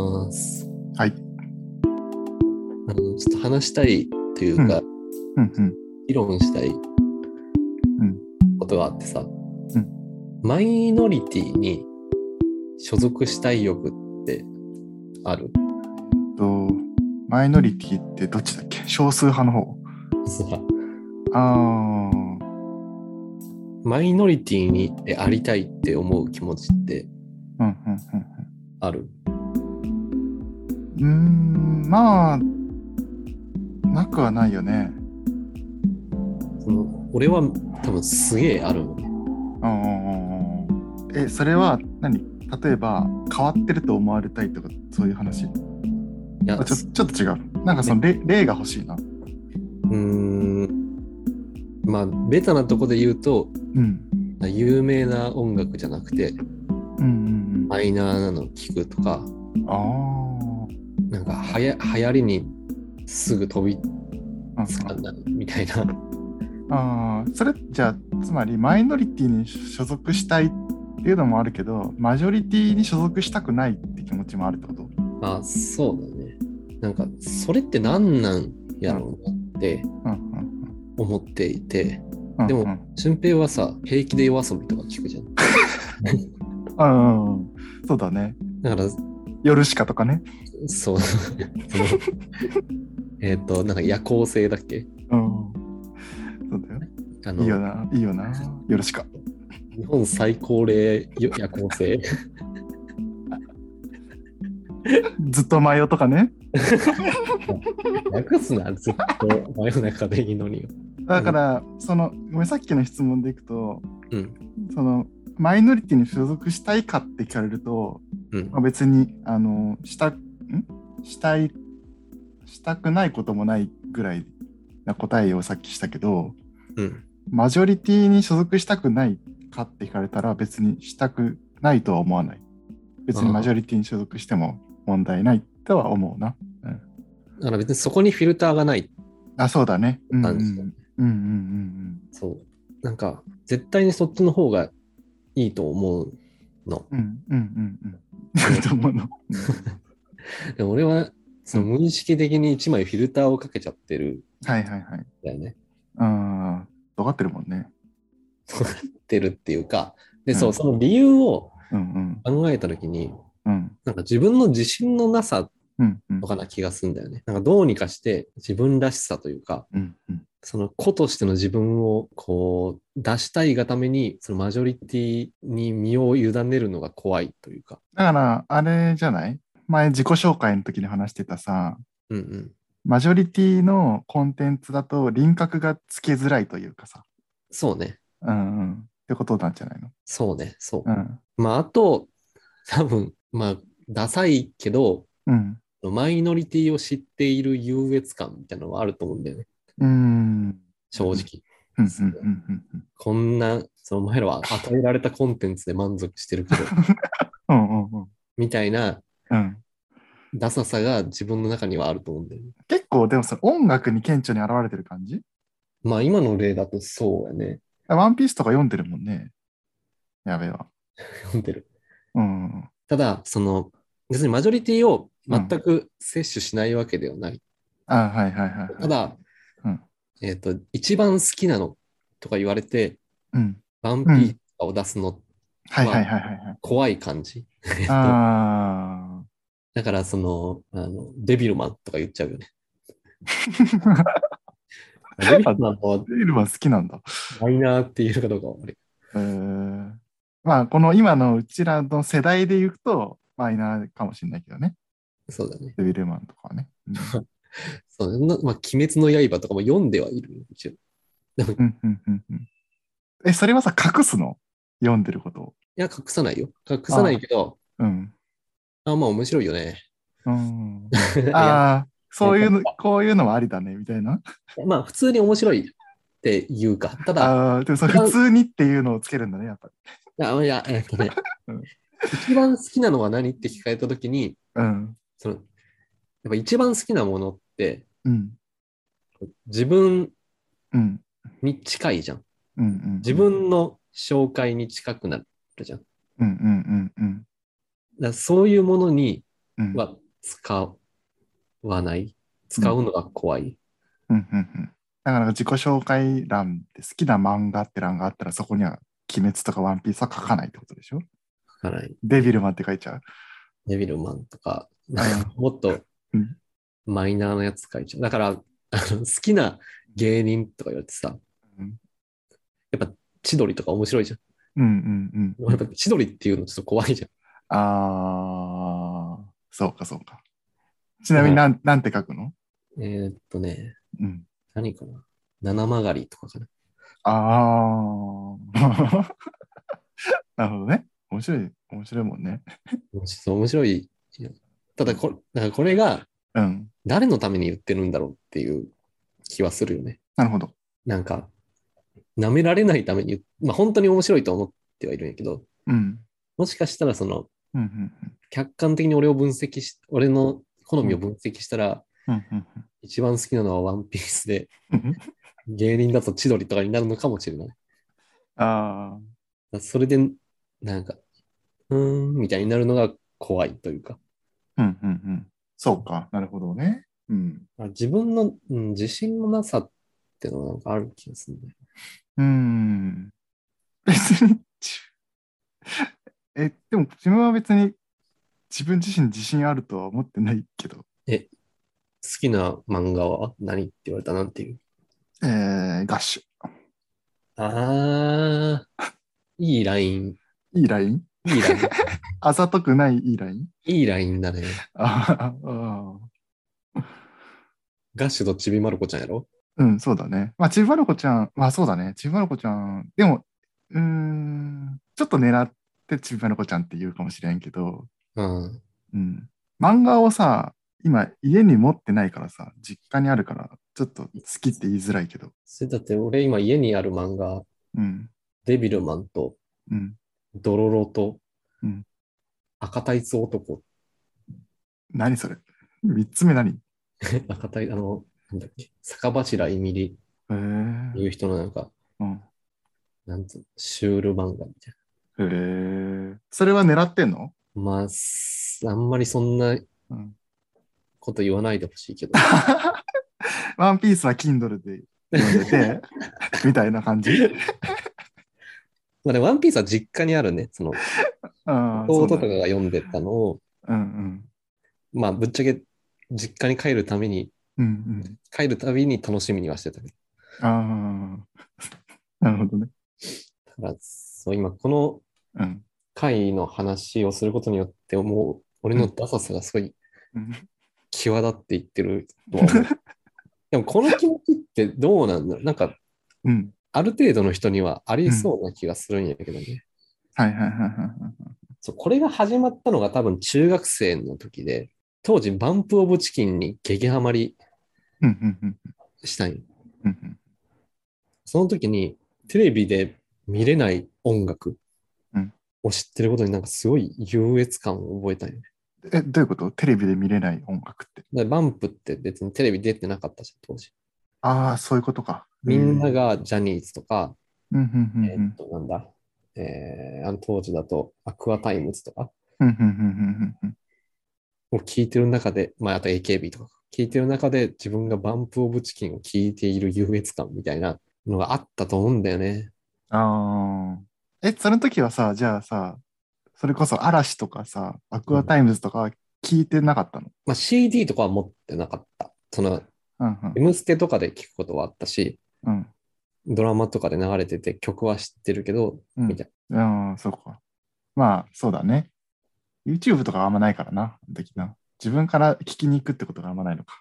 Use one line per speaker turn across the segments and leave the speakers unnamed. はい。
あのちょっと話したいというか、
うんうん。
議論したいことがあってさ、
うん
マイノリティに所属したい欲ってある
と、マイノリティってどっちだっけ少数派の方。
さ
あ
マイノリティにでありたいって思う気持ちって
あ、うんうん
ある
うんうん。うーん、まあ、なくはないよね。
その俺は多分すげえあるのね
うんうんうんうん。え、それは何例えば、変わってると思われたいとか、そういう話。
いや
あちょちょっと違う。なんかその例例が欲しいな。
うーんまあベタなとこで言うと
うん。
有名な音楽じゃなくて
うんうんうん。
マイナーなのを聞くとか
あ
なんかはや流行りにすぐ飛び
あ。
つかんだみたいな
ああ、それじゃあ、つまりマイノリティに所属したいっていうのもあるけど、マジョリティに所属したくないって気持ちもあるってこと
まあそうだねなんかそれって何なんやろうなって
うんうん
思っていて
うん。
でも
うん
俊平はさ平気で夜遊びとか聞くじゃん
うんうんうん。そうだね。
だから
夜しかとかね。
そう そのえっとなんか夜行性だっけ
うん。そうだよ。
あ
いいよ
の
な、いいよな。夜しか。
日本最高齢よ夜行性
ずっと迷うとかね。
訳すなずっと真夜中でいいのによ
だから、その、ごめん、さっきの質問でいくと、
うん
その、マイノリティに所属したいかって聞かれると、
うん
まあ、別にあのしたんしたいしたくないこともないぐらいな答えをさっきしたけど
うん
マジョリティに所属したくないかって聞かれたら別にしたくないとは思わない別にマジョリティに所属しても問題ないとは思うな
だから別にそこにフィルターがない
あそうだねうんうん
感じだね
うんうんうん
そうなんか絶対にそっちの方がいいと思うの
うんうんうんうんうんと思うの
で俺はその無意識的に一枚フィルターをかけちゃってる
はいはいはい
んだよね。
あ分かってるもんね
ってるっていうか、で、
うん
そう、その理由を
うんうん
考えたときに、
うん
なんか自分の自信のなさ
うんうん
とかな気がするんだよね。なんかどうにかして自分らしさというか、
うんうん
その子としての自分をこう出したいがために、そのマジョリティに身を委ねるのが怖いというか。
だから、あれじゃない前自己紹介の時に話してたさ、
うんうん。
マジョリティのコンテンツだと輪郭がつけづらいというかさ、
そうね。
うんうん、ってことなんじゃないの
そうね。そう
う。ん。
まあ、あと、多分、まあ、ダサいけど、
うん。
マイノリティを知っている優越感みたいなのはあると思うんだよね、
うん。
正直。
うん。うん。うん。うん
こんな、そのお前らは与えられたコンテンツで満足してる けど、
うん。うんうん。
みたいな
うん。
ダサさが自分の中にはあると思うんだよね。
結構、でもそれ音楽に顕著に現れてる感じ
まあ今の例だとそうやね。
ワンピースとか読んでるもんね。やべえわ。
読んでる。
うんうん。
ただ、その、別にマジョリティを全く摂取しないわけではない。
あ、はいはいはい。
ただ、
うん
えっ、と、一番好きなのとか言われて、
うん。
ワンピースとかを出すの
はいはいはいはいはい。
怖い感じ。
あ
だから、その、あの、デビルマンとか言っちゃうよね。
ー。
デビルマンも
デイルマン好きなんだ。
マイナーって言えるかどうかは俺。
えーまあこの今のうちらの世代で言うとマイナーかもしれないけどね。
そうだね。
デビルマンとかはね。
そうなまあ、鬼滅の刃とかも読んではいるよ。一応い
うんうんうんうんえ、それはさ、隠すの読んでることを。
や、隠さないよ。隠さないけど、
うん。
あまあ面白いよね。
う ん、
いや
ああ、そういうの、こういうのはありだね、みたいな。
まあ、普通に面白いって言うか。ただ、
ああ、でもそれ普通にっていうのをつけるんだね、やっぱり。
あいや、えっとね
うん、
一番好きなのは何って聞かれたときに、
うん。
その、やっぱ一番好きなものって、
うん。
自分
うん。
に近いじゃん。
うん。うん。
自分の紹介に近くなるじゃん。だか
うん。うん。うん。うん。
らそういうものに
うん。
は使わない。使うのが怖い。
うんうんうん。だから自己紹介欄で好きな漫画って欄があったらそこには鬼滅とかワンピースは書かないってことでしょ
書かない。
デビルマンって書いちゃう。
デビルマンとか、なんかもっと
うん
マイナーなやつ書いちゃう。だから、あの好きな芸人とか言われてさ、
うん
やっぱ千鳥とか面白いじゃん。
うんうん
でもやっぱ千鳥っていうのちょっと怖いじゃん。
うん。あー、そうかそうか。ちなみになん,、なんて書くの
えーっとね、
うん。
何かな七曲がりとかかな。
あー。 なるほどね。面白い、面白いもんね。
ちょっと面白い。ただこ、だからこれが
うん。
誰のために言ってるんだろうっていう気はするよね。
なるほど。
なんか、舐められないために、まあ本当に面白いと思ってはいるんやけど、
うん。
もしかしたらその、
うんうん
客観的に俺を分析し、俺の好みを分析したら、
うん。うんうん
一番好きなのはワンピースで、
うん。
芸人だと千鳥とかになるのかもしれない。だか
あ
らそれで、なんか、うーん、みたいになるのが怖いというか、
ー。うんうんうん。そうか。なるほどね。うん。
まあ自分の、うん、自信のなさってのはなんかある気がするね。
うーん。別に、え、でも自分は別に自分自身自信あるとは思ってないけど、
好きな漫画は何って言われたらなんていう。
えー、ガッシ
あー、いいライン。
ュ。いいライン
いい ライン。
あざとくないいいライン
いいラインだね。
あーあ
ガッシュとちびまる子ちゃんやろ
ー。うん、そうだね。まあ、ちびまる子ちゃん、まあそうだね。ちびまる子ちゃん、でも、うーん、ちょっと狙ってちびまる子ちゃんって言うかもしれんけど、
うん。
うん。漫画をさ、今家に持ってないからさ、実家にあるから、ちょっと好きって言いづらいけど、
それだって俺今家にある漫画、
うん、
デビルマンと
うん。
ドロロと
うん
赤タイツ男。
何それ三つ目何へ
赤タイ、あの、なんだっけ、坂柱いみり
え
という人のなんか、
うん、
なんつうのシュール漫画みたい
へえ。それは狙ってんの
な。まあ、すあんまりそんな
うん。
こと言わないでほしいけど。
ワンピースは Kindle で読んで て、みたいな感じ。
まあでもワンピースは実家にあるね、その、
ああ、そ
弟
う
と
だ
かが読んでたのを、
うん
まあぶっちゃけ実家に帰るために、
うん。うん
帰るたびに楽しみにはしてたけど。
うん。ああ。 なるほどね。
だから、そう、今この
うん。
回の話をすることによって、もう俺のダサさがすごい
うん
際立っていってるとは思う。 でもこの気持ちってどうなんだろうなんか
うん。
ある程度の人にはありそうな気がするんやけどね。
はいはいはいはいはい。
そうこれが始まったのが多分中学生の時で、当時バンプオブチキンに激ハマり
うんうんうん
したんよ
うんうん
その時にテレビで見れない音楽
うん
を知ってることになんかすごい優越感を覚えたんよね。
え、どういうことテレビで見れない音楽って。
だからバンプって別にテレビ出てなかったじゃん、当時。
ああ、そういうことか。
みんな。がジャニーズとか、
うんうんうん
え
う
ーっ
ん。
と、なんだ、えー、あの当時だと、アクアタイムズとか
うんうんうんうん
を聞いてる中で、まあ、あと AKB とか聞いてる中で、自分がバンプオブチキンを聞いている優越感みたいなのがあったと思うんだよね。
ああ。え、その時はさ、じゃあさ、それこそ嵐とかさ、アクアタイムズとかは聞いてなかったの。
まあ、CD とかは持ってなかった。その、
うんうん
M ステとかで聞くことはあったし、
うん
ドラマとかで流れてて曲は知ってるけど、
うん
みたい
ああ、そうか。まあ、そうだね。YouTube とかはあんまないからな、あの時な。自分から聞きに行くってことがあんまないのか。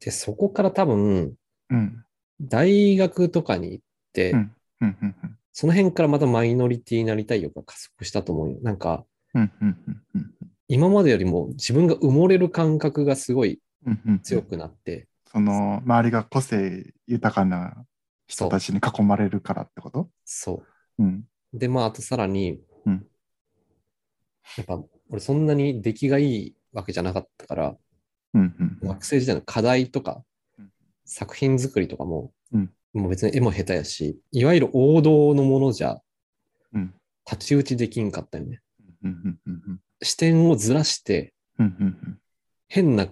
で、そこから多分、
うん。
大学とかに行って、
うん、うん、うん
その辺からまたマイノリティになりたい欲が加速したと思うよ。なんか、
うん、うん、うん、うん
今までよりも自分が埋もれる感覚がすごい
うん、うん。
強くなって、
その、周りが個性豊かな
そ
人
う
たちに囲まれるからってこと
そ
うん。
う。で、まあ、あとさらに、
うん
やっぱ、俺そんなに出来がいいわけじゃなかったから、
うん、うん、うん
学生時代の課題とか
うん、
作品作りとかも、
うん
もう別に絵も下手やし、いわゆる王道のものじゃ
うん、
太刀打ちできんかったよね。
うん、うん、うん、うん、
視点をずらして、
うん、うん、
変な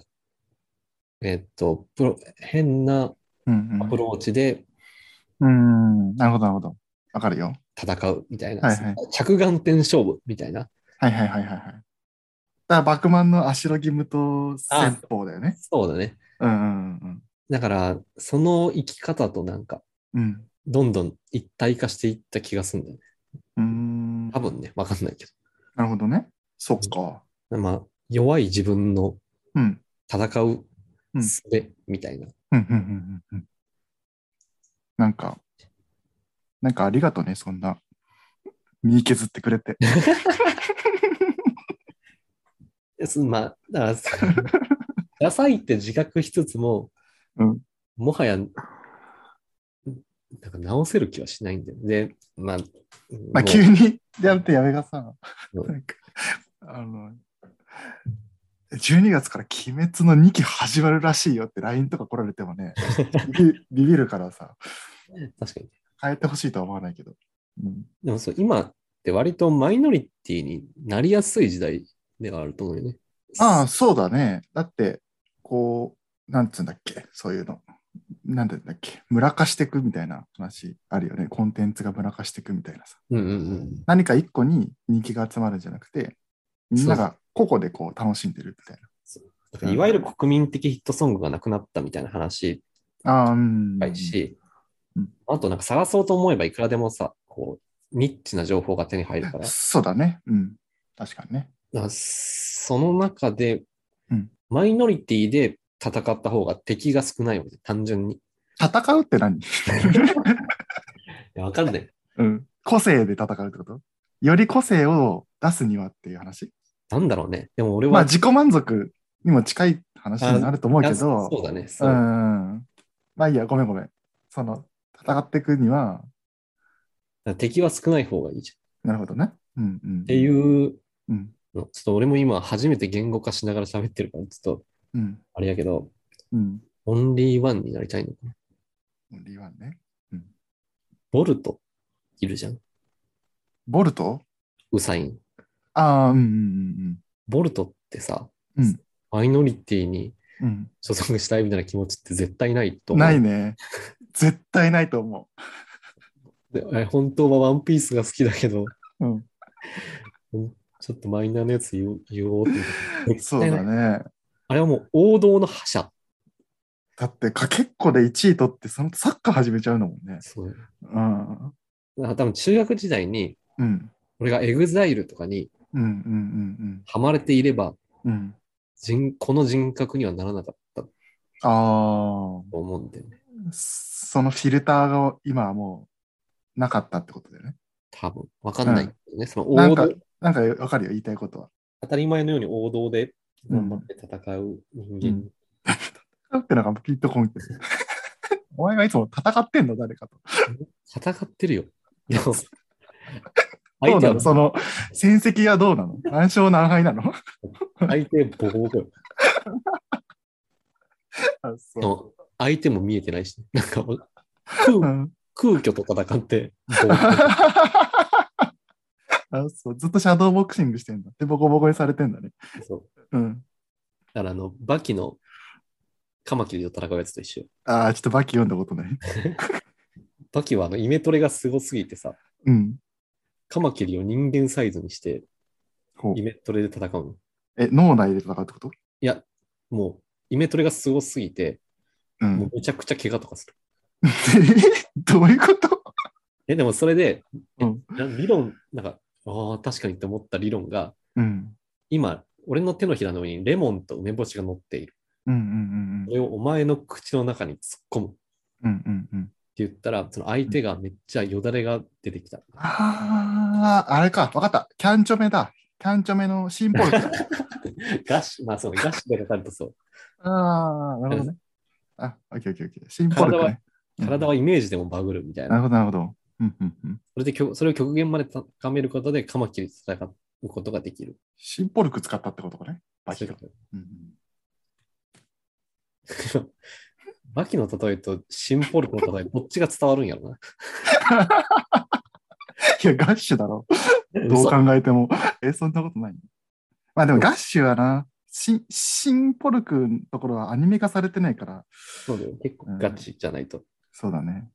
えっと、プロ変な
うん
アプローチで
うん。うん。なるほど、なるほど。わかるよ。
戦うみたいな、
はいはい
着眼点勝負みたいな。
はいはいはいはいはい。だから、バクマンの足の義務と戦法だよね。
そうだね。
うんうんうん
だから、その生き方となんか、
うん。
どんどん一体化していった気がするんだよね。
うん。うーん。
多分ね、わかんないけ
なるほどね。そっか。
ど。まあ、弱い自分の
うん。
戦う
うん
術みたいな。
うんうんうんうんうんなんか、なんかありがとね、そんな。身削ってくれて。
ですまあ、だから その、ダサいって自覚しつつも、
うん
もはや、なんか直せる気はしないんだよね。で、まあ、
まあ、
もう
急にやるってやめがさ、
うん
なんか、あの、12月から鬼滅の2期始まるらしいよって LINE とか来られてもね、 ビビビビるからさ、
確かに。
変えてほしいとは思わないけど。うん、
でもそう、今って割とマイノリティになりやすい時代ではあると思うよね。
ああ、そうだね。だって、こう、なんつうんだっけ、そういうの。なんて言うんだっけ、村化していくみたいな話あるよね。コンテンツが村化していくみたいなさ。
うんうんうん。
何か一個に人気が集まるんじゃなくて、みんなが個々でこう楽しんでるみたい
だからいわゆる国民的ヒットソングがなくなったみたいな話
な。ああ、うん。
深いし、
うん
あとなんか探そうと思えばいくらでもさ、こう、ニッチな情報が手に入るから、
そうだね。うん。確かにね。
だからその中で、
うん
マイノリティで戦った方が敵が少ないわけ、単純に。い
戦うって何
やわかんない。
うん。個性で戦うってことより個性を出すにはっていう話。
なんだろうね。でも俺は、
まあ自己満足にも近い話になると思うけ
いやそ
ど、。
そうだね。そううん
まあいいや、ごめんごめん。その、戦っていくには、
だから敵は少ない方がいいじゃん。
なるほどね。うんうん。っ
ってい。う
うん。
の、ちょっと俺も今初めて言語化しながら喋ってるから、ちょっと
うん。
あれやけど、
うん。
オンリーワンになりたいのかな。
オンリーワンね。
ボルトいるじゃん。
ボルト
ウサイン。
ああ、うんうん
ボルトってさ、
うん
マイノリティに
うんうん。
所属したいみたいな気持ちって絶対ないと
うん。
思う。
ないね。絶対ないと思
でえ本当はワンピースが好きだけど、
う。うん。
ちょっとマイナーなやつ言おう言おうって言って。
そうだ
絶対ない。
ね。
あれはもう王道の覇者。
だってかけっこで1位取ってその後サッカー始めちゃうんだもんね。
そう。
うん。
だから多分中学時代に、
うん。
俺がエグザイルとかに
うんうん
ハマれていれば、
うんうん。うん。
人この人格にはならなかったと
あ
思うんだよね。
あ、そのフィルターが今はもうなかったってことだよね。
多分。わかんないけどね。その
なん
王
か
道、
なんかわかるよ、言いたいことは。
当たり前のように王道で頑張って戦う人間。
うんだってなんかピッとこんけど。お前はいつも戦ってんの誰かと。
戦ってるよ。 でも
ど
相
う
手
な
は
のその戦績はどうなの何勝何敗なの
相手ボコボコよ。
あ
で
そ
も相手も見えてないし、 なんか空
う。うん、
空虚と戦 って、
あそうずっとシャドーボクシングしてんだ。で、ボコボコにされてんだね。
そう
うん。
だからあの、バキのカマキリと戦うやつと一緒よ。
ああ、ちょっとバキ読んだことない。
バキはあのイメトレがすごすぎてさ、
うん。
カマキリを人間サイズにして
こう
イメトレで戦うの。
え、脳内で戦うってこと
いや、もうイメトレがすごすぎて、
う。
もうんめちゃくちゃ怪我とかする。
え どういうこと
え、でもそれで、え
うん
な理論、なんか、ああ、確かにって思った理論が、
うん。
今、俺の手のひらの上にレモンと梅干しが乗っている。
うんうん
そ
うん
れをお前の口の中に突っ込むって
うん。うんうんうん。
言ったら、その相手がめっちゃよだれが出てきた。
ああ、あれか。わかった。キャンチョメだ。キャンチョメのシンボルだ。
ガッシュ、まあそう、ガッシュでかかるとそう。
ああ、なるほどね。あ、オッケーオッケーオッケー。シンボルクね。うん
体はイメージでもバグるみたい
な
な。
るほど、なるほど。うんうんうん。
それで極、それを極限まで高めることで、カマキリと戦うことができる。
シンボルク使ったってことかね。バキが。
そういうこ
うんうん
とバキの例えとシンポルクの 例え、どっちが伝わるんやろ
いや、ガッシュだろ。
な。
どう
嘘
考えても。え、そんなことない。まあでもガッシュはな、シンシンポルクのところはアニメ化されてないから、
そうだよ。結構ガチじゃないと。
そうだね。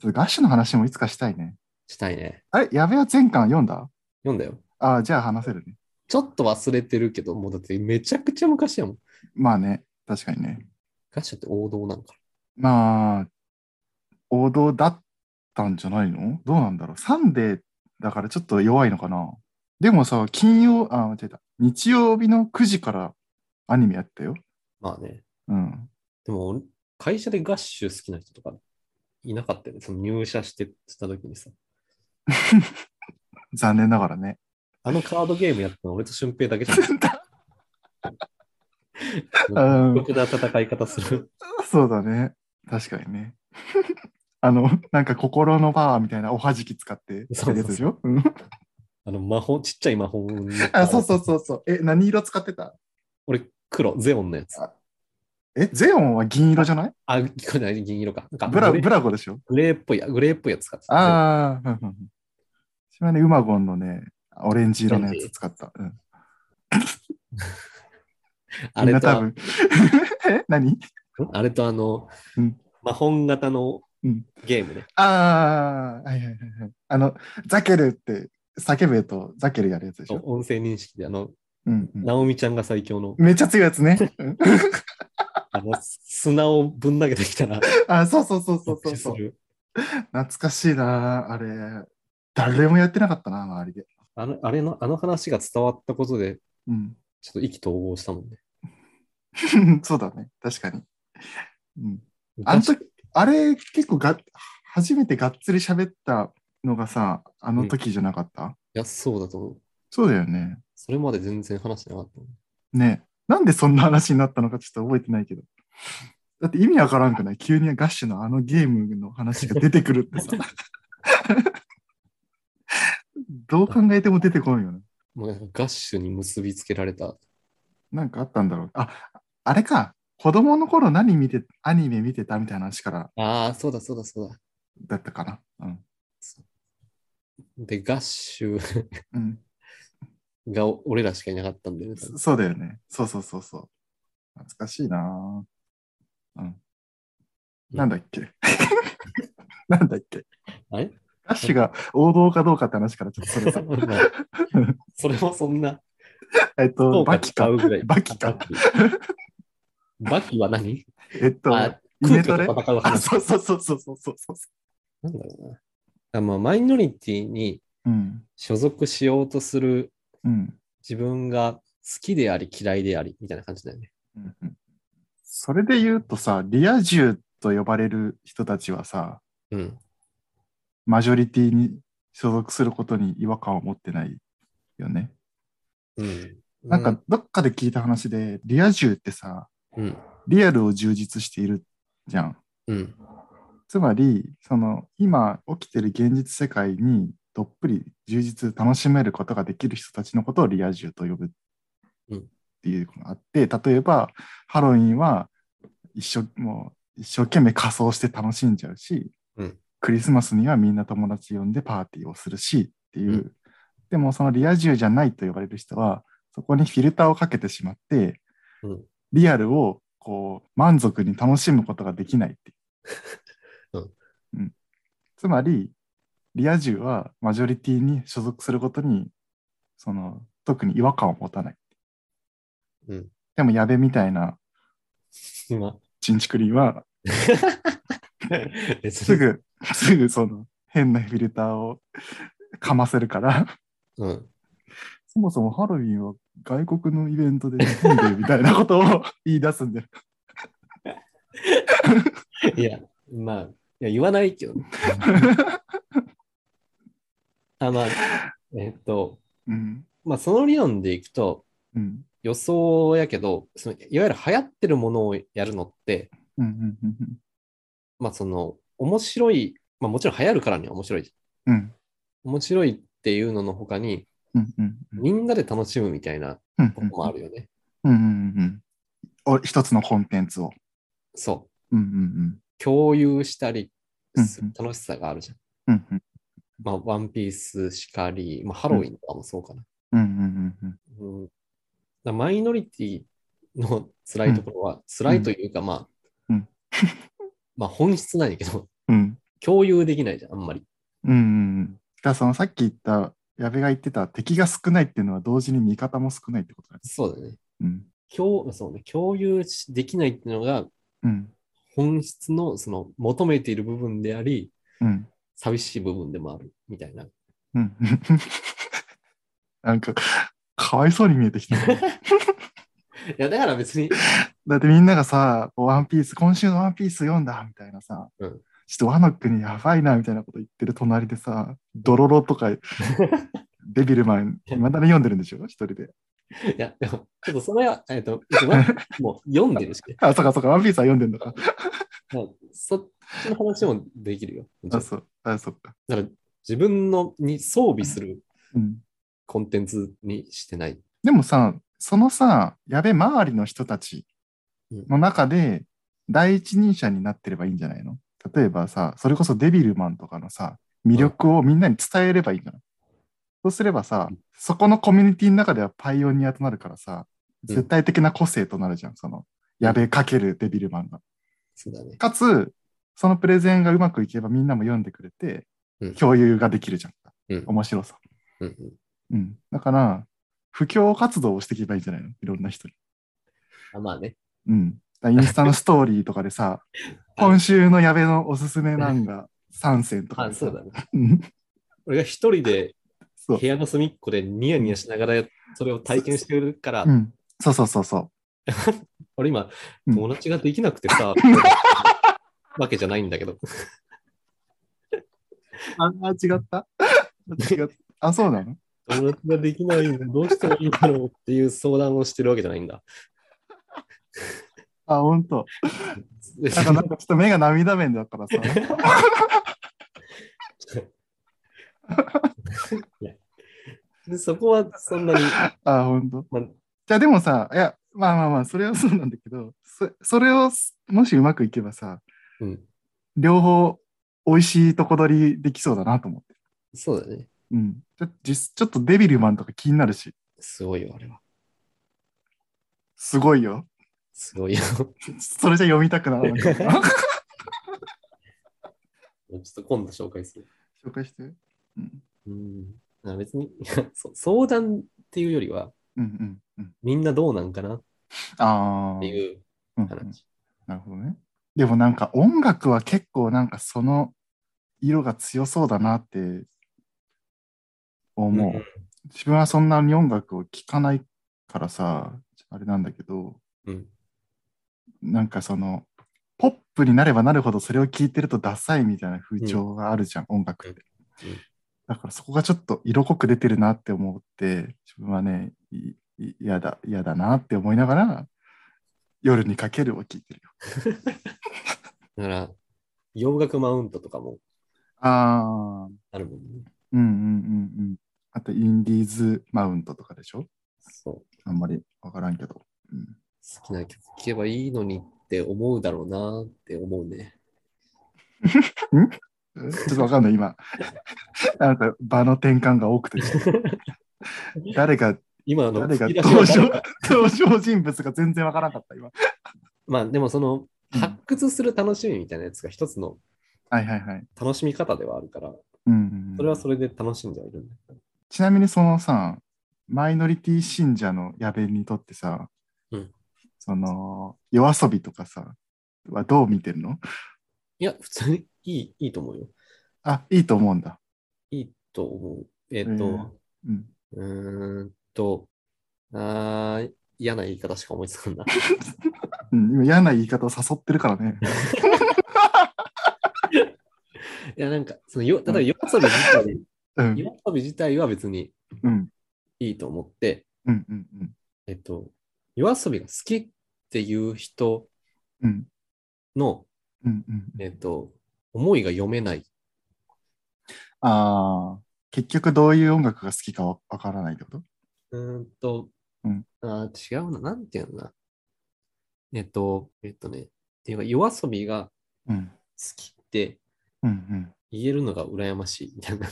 ちょっとガッシュの話もいつかしたいね。
したいね。
あれ、矢部は前巻読んだ
読んだよ。
ああ、じゃあ話せるね。
ちょっと忘れてるけど、もうだってめちゃくちゃ昔やもん。
まあね、確かにね。
ガッシャって王道なんか
まあ、王道だったんじゃないのどうなんだろう。サンデーだからちょっと弱いのかな。でもさ、金曜、あ、間違えた。日曜日の9時からアニメやったよ。
な。まあね。
うん。
でも俺、会社でガッシュ好きな人とかいなかったよね。その入社してした時にさ。
残念ながらね。
あのカードゲームやったの俺と俊平だけじゃ
う
なんい。独特な戦い方する。
そうだね。確かにね。 あの、なんか心のパワーみたいなおはじき使ってやるやつでしょうん
あの魔法、ちっちゃい魔法の。
あそうそうそうそう。え、何色使ってた
俺、黒、ゼオンのやつ。
え、ゼオンは銀色じゃない
あ、聞こえない銀色か。なんか
ブラ
グレー
ブラゴでしょ
グレーっぽいや、グレーっぽいやつ使ってた
ああ、うんうんうん私はね、ウマゴンのね、オレンジ色のやつ使った。うん、
あれ
みんな
と
多
は、
分。 え何
あれとあの、
うん
魔法型の
うん
ゲームね。
ああ、はいはいはいはい。あの、ザケルって叫べとザケルやるやつでしょ。
音声認識で、あの、
うんうん
ナオミちゃんが最強の、
めっちゃ強いや つね。うん
あの、砂をぶん投げてきたら、
あそうそう そうそうそう
す
そう。
る。
懐かしいな、あれ。誰もやってなかったな、周りで。
あの、あれの、あの話が伝わったことで、
うん。
ちょっと意気投合したもんね。
そうだね、確かに。うん、あの時あれ、結構が、初めてがっつり喋ったのがさ、あの時じゃなかった、
いや、そうだと思う。
そうだよね。
それまで全然話してなかったもん。
ねなんでそんな話になったのかちょっと覚えてないけど。だって意味わからんくない急にガッシュのあのゲームの話が出てくるってさ。どう考えても出てこんよね。
もうなんかガッシュに結びつけられた。
なんかあったんだろう。あ、あれか。子供の頃何見て、アニメ見てたみたいな話から
ああ、そうだそうだそうだ。
だったかな。うん。
で、ガッシュ
うん、
が俺らしかいなかったんだよね。
そそうだよね。そうそうそうそう。懐かしいなぁうん。なんだっけ なんだっけ
あれ
ガッシュが王道かどうかって話からちょっとそ れた。
それもそんな、
えっと、バキ
使
か。
うぐらい。
バキか
バキ。バキは何
えっと、
あ、
イメトレ
空虚と戦う
あ、
話。
そうそうそうそうそうそうそう。
なんだろうな。あまあ、マイノリティに
うん。
所属しようとする
うん。
自分が好きであり嫌いでありみたいな感じだよね。
うんうんそれで言うとさ、リア充と呼ばれる人たちはさ、
うん。
マジョリティに所属することに違和感を持ってないよね。
うん。
なんか、どっかで聞いた話で、リア充ってさ、
うん、
リアルを充実しているじゃん。
うん。
つまり、その、今起きてる現実世界にどっぷり充実、楽しめることができる人たちのことをリア充と呼ぶ
うん
っていうのがあって、例えば、ハロウィンは一生、もう一生懸命仮装して楽しんじゃうし、
うん
クリスマスにはみんな友達呼んでパーティーをするしっていう、
うん
でもそのリア充じゃないと呼ばれる人は、そこにフィルターをかけてしまって、
うん
リアルをこう満足に楽しむことができないってい
う
う
ん
うんつまりリア充はマジョリティに所属することにその特に違和感を持たない、
うん
でも矢部みたいな
今、
チンチクリンはす。ぐすぐその変なフィルターをかませるから
うん。
そもそもハロウィンは外国のイベントで日本でみたいなことを言い出すんで
いや、まあ、いや言わないけどね。あ、まあ、えっと、
うん
まあ、その理論でいくと、
うん
予想やけど、そのいわゆる流行ってるものをやるのって、
うんうんうんうん
まあ、その、面白い、まあ、もちろん流行るからには面白いじ
うん
ゃん。面白いっていうのの他に、
うんうんうん
みんなで楽しむみたいな
うん
こともあるよね。
うんうんうんお一つのコンテンツを。
そう。
うんうん
共有したりす
うん
る楽しさがあるじゃん。
うん。うんうん
まあ、ワンピースしかり、まあ、ハロウィンとかもそうかな。
うんうんうんうん
うん、だマイノリティの辛いところは、辛いというか、まあ、
うん
まあ本質なんやけど、
うん。
共有できないじゃん、あんまり。
うんうんうん。だからそのさっき言った、矢部が言ってた敵が少ないっていうのは同時に味方も少ないってことだね。
そうだね。
うん。
共そうね共有しできないっていうのが、
うん。
本質のその求めている部分であり、
うん。
寂しい部分でもあるみたいな。
うん。 なんか、かわいそうに見 えてきた。
いや、だから別に、
だってみんながさ、ワンピース、今週のワンピース読んだみたいなさ、
うん
ちょっとワノ国やばいなみたいなこと言ってる隣でさ、ドロロと か、デビルマン、いまだに読んでるんでしょ一人で。
いや、でも、ちょっとそれは、えっと、うちはもう読んでるし、ね、
あ、そうかそうか、ワンピースは読んでんのか。
まあそっちの話もできるよ。
あ、そう。あ、そっか。
だから自分のに装備する
うん。
コンテンツにしてない。
でもさ、そのさ、やべ周りの人たちの中で、第一人者になってればいいんじゃないの例えばさ、それこそデビルマンとかのさ、魅力をみんなに伝えればいいんじゃないそうすればさ
うん、
そこのコミュニティの中ではパイオニアとなるからさ、
うん
絶対的な個性となるじゃん、その、やべかけるデビルマンが。
そうだね。
かつ、そのプレゼンがうまくいけばみんなも読んでくれて
うん、
共有ができるじゃん。
うん
面白さ。
うんうん、
うん。だから、布教活動をしていけばいいんじゃないのいろんな人に
あまあね。、
うん。だからインスタのストーリーとかで さ今週の矢部のおすすめ漫画3選とか
あ
でさ
そうだね。
うん
俺が一人で
そう
部屋の隅っこでニヤニヤしながらそれを体験してるから、
うんそうそうそうそう。
俺今
うん
友達ができなくて さ、わけじゃないんだけど。
あ、あ違った。違った。 あ、そうなの
友達ができないんでどうしたらいいんだろうっていう相談をしてるわけじゃないん だ。
あ、ほんと。なんかなんかちょっと目が涙目だ からさ。
でそこはそんなに、
あ、ほんと。
まあ
じゃあでもさ、いや、まあまあまあ、それはそうなんだけど、そそれをもしうまくいけばさ、
うん、
両方美味しいとこ取りできそうだなと思って。
そうだね。
うん。ちょ実ちょっとデビルマンとか気になるし、
すごいよ、あれは。
すごいよ。
すごいよ。ちょ
それじゃ読みたくな らなかった。
っと今度紹介する。
紹介して。うん
うん、あ別にそ相談っていうよりは、
うんうんうん。
みんなどうなんかなっ
ああ。
ていう
うんうん
話。
なるほどね。でもなんか音楽は結構なんかその色が強そうだなって思う。
うん
自分はそんなに音楽を聴かないからさ、あれなんだけど、
うん、
なんかその、ポップになればなるほどそれを聴いてるとダサいみたいな風潮があるじゃん、音楽って
うんうん。
だからそこがちょっと色濃く出てるなって思って、自分はね、いい嫌だ、嫌だなって思いながら、夜にかけるを聴いてるよ。
だから、洋楽マウントとかも
ああ、
あるもんね。
うんうんうんうん。あと、インディーズマウントとかでしょ
そう
あんまりわからんけど。うん
好きな曲聴けばいいのにって思うだろうなって思うね。
ちょっとわかんな い、今。なんか場の転換が多くて、ちょっと誰が、
今の
誰が
吹き出しは誰
登場
か、
登場人物が全然わからなかった、今。
まあでもその
うん
発掘する楽しみみたいなやつが一つの
はいはいはい。
楽しみ方ではあるから、
うんうんうん
それはそれで楽しんではいるんだけど。
ちなみにそのさ、マイノリティ信者の矢部にとってさ、
うん
その、夜遊びとかさ、はどう見てるの
いや、普通にいいいいと思うよ。
あ、いいと思うんだ。
いいと思う。えっ、と、
うん。
うーんと、あー嫌な言い方しか思いつかんな。
うん、今嫌な言い方を誘ってるからね。
いや、なんか、そのよただ夜遊び自体、
うん。
夜遊び自体は別に
うん。
いいと思って、
うん。うん。うん
えっと、夜遊びが好きっていう人
うん。
の、
うん。うん。
えっと、思いが読めない。
ああ、結局どういう音楽が好きかわわからないってこと
うーんと、
うん
あー違うな、なんていうのかな。えっと、えっとね、っていうか、夜遊びが
うん。
好きって
うん。うん。
言えるのが羨ましい みたいな。
う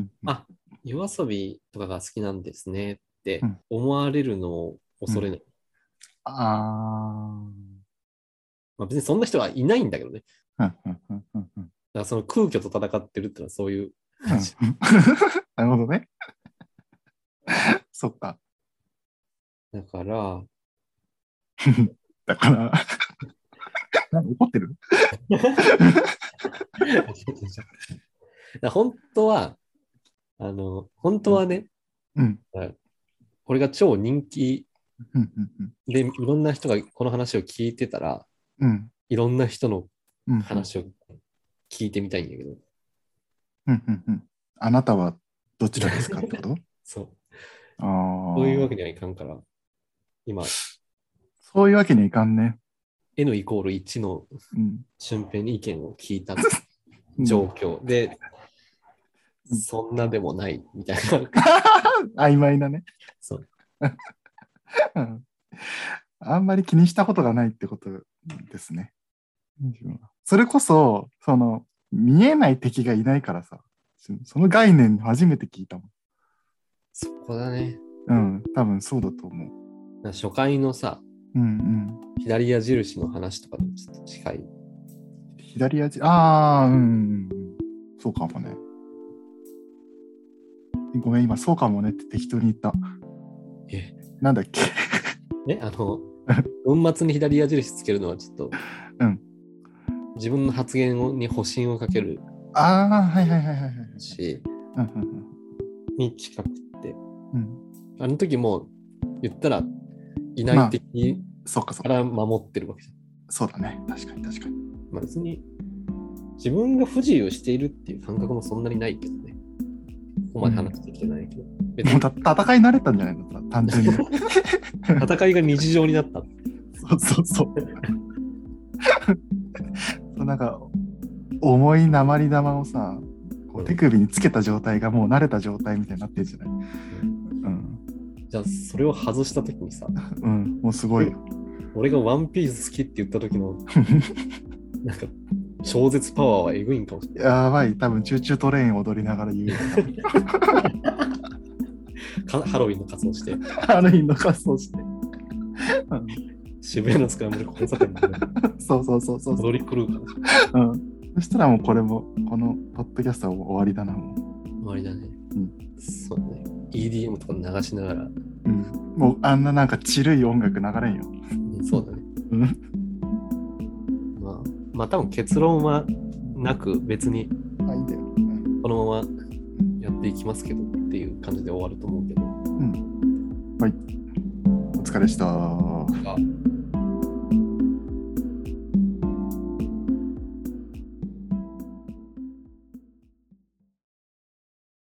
ん
あ夜遊びとかが好きなんですねっって
うん
思われるのを恐れない。
あ
まあ、別にそんな人はいないんだけどね。
あ。うんうんうんうんうん
だからその空虚と戦ってるってのはそういう
うん なるほどね。そっか。
だから、
だから、なんか怒ってる
だから本当は、あの、本当はね、
うん。
俺が超人気
うんうん
で、いろんな人がこの話を聞いてたら、
うんうん
いろんな人の
うん。
話を聞いてみたいんだけど、
うんうんうん。あなたはどちらですかってこと
そう、
ああ。
そういうわけにはいかんから、今、
そういうわけにいかんね。
N イコール1の
うん。
俊平に意見を聞いた
うん
状況で、
うん
そんなでもないみたいな。
曖昧なね。
そう
うんあんまり気にしたことがないってことですね。自分はそれこそ、その、見えない敵がいないからさ、そその概念初めて聞いたも
そこだね。
ん。うん、多分そうだと思う。
な初回のさ、
うん
左矢印の話とかにちょっと近い。
うん。左足、ああ、うんうんうん。そうかもね。ごめん、今、そうかもねって適当に言った。
え、
なんだっけ
ね、あの、文末に左矢印つけるのはちょっと、
うん
自分の発言をに保身をかける
ああ、はいはいはいはいはい。
し、
うんうん
に近くって。
うんうん。
あの時も言ったら、いない敵
そうかそう
か
か。
ら守ってるわけじゃん。
そうだね。確かに確かに。
まあ、別に、自分が不自由しているっていう感覚もそんなにないけどね。ここまで話してきてないけど。別
もう
に
た戦い慣れたんじゃないの単純 に。
戦いが日常にな った。
そうそうそう。そうなんか重い鉛玉をさこう手首につけた状態がもう慣れた状態みたいになってるじゃない。うん、
じゃあ、それを外した時にさ、
うん、もうすごいよ。
俺がワンピース好きって言った時の、なんか、超絶パワーはエグいんかもしれない。
やばい、多分チューチュートレイン踊りながら言うよ。
かハロウィンの活動して、
ある日の仮装して。
渋谷の使い物でこの坂に
そうそうそうそうそう、
踊り狂うから終
うん。そしたらもうこれも、このポッドキャストはもう終わりだな、もう。
わりだね。
うん
そうね。EDM とか流しながら、
うん、もうあんななんかちるい音楽流れんよ。
うんそうだね。
うん、
まあ、まあ、多分結論はなく、別に
あ、いいんだよ。うん
このままやっていきますけどっていう感じで終わると思うけど。
お疲れした。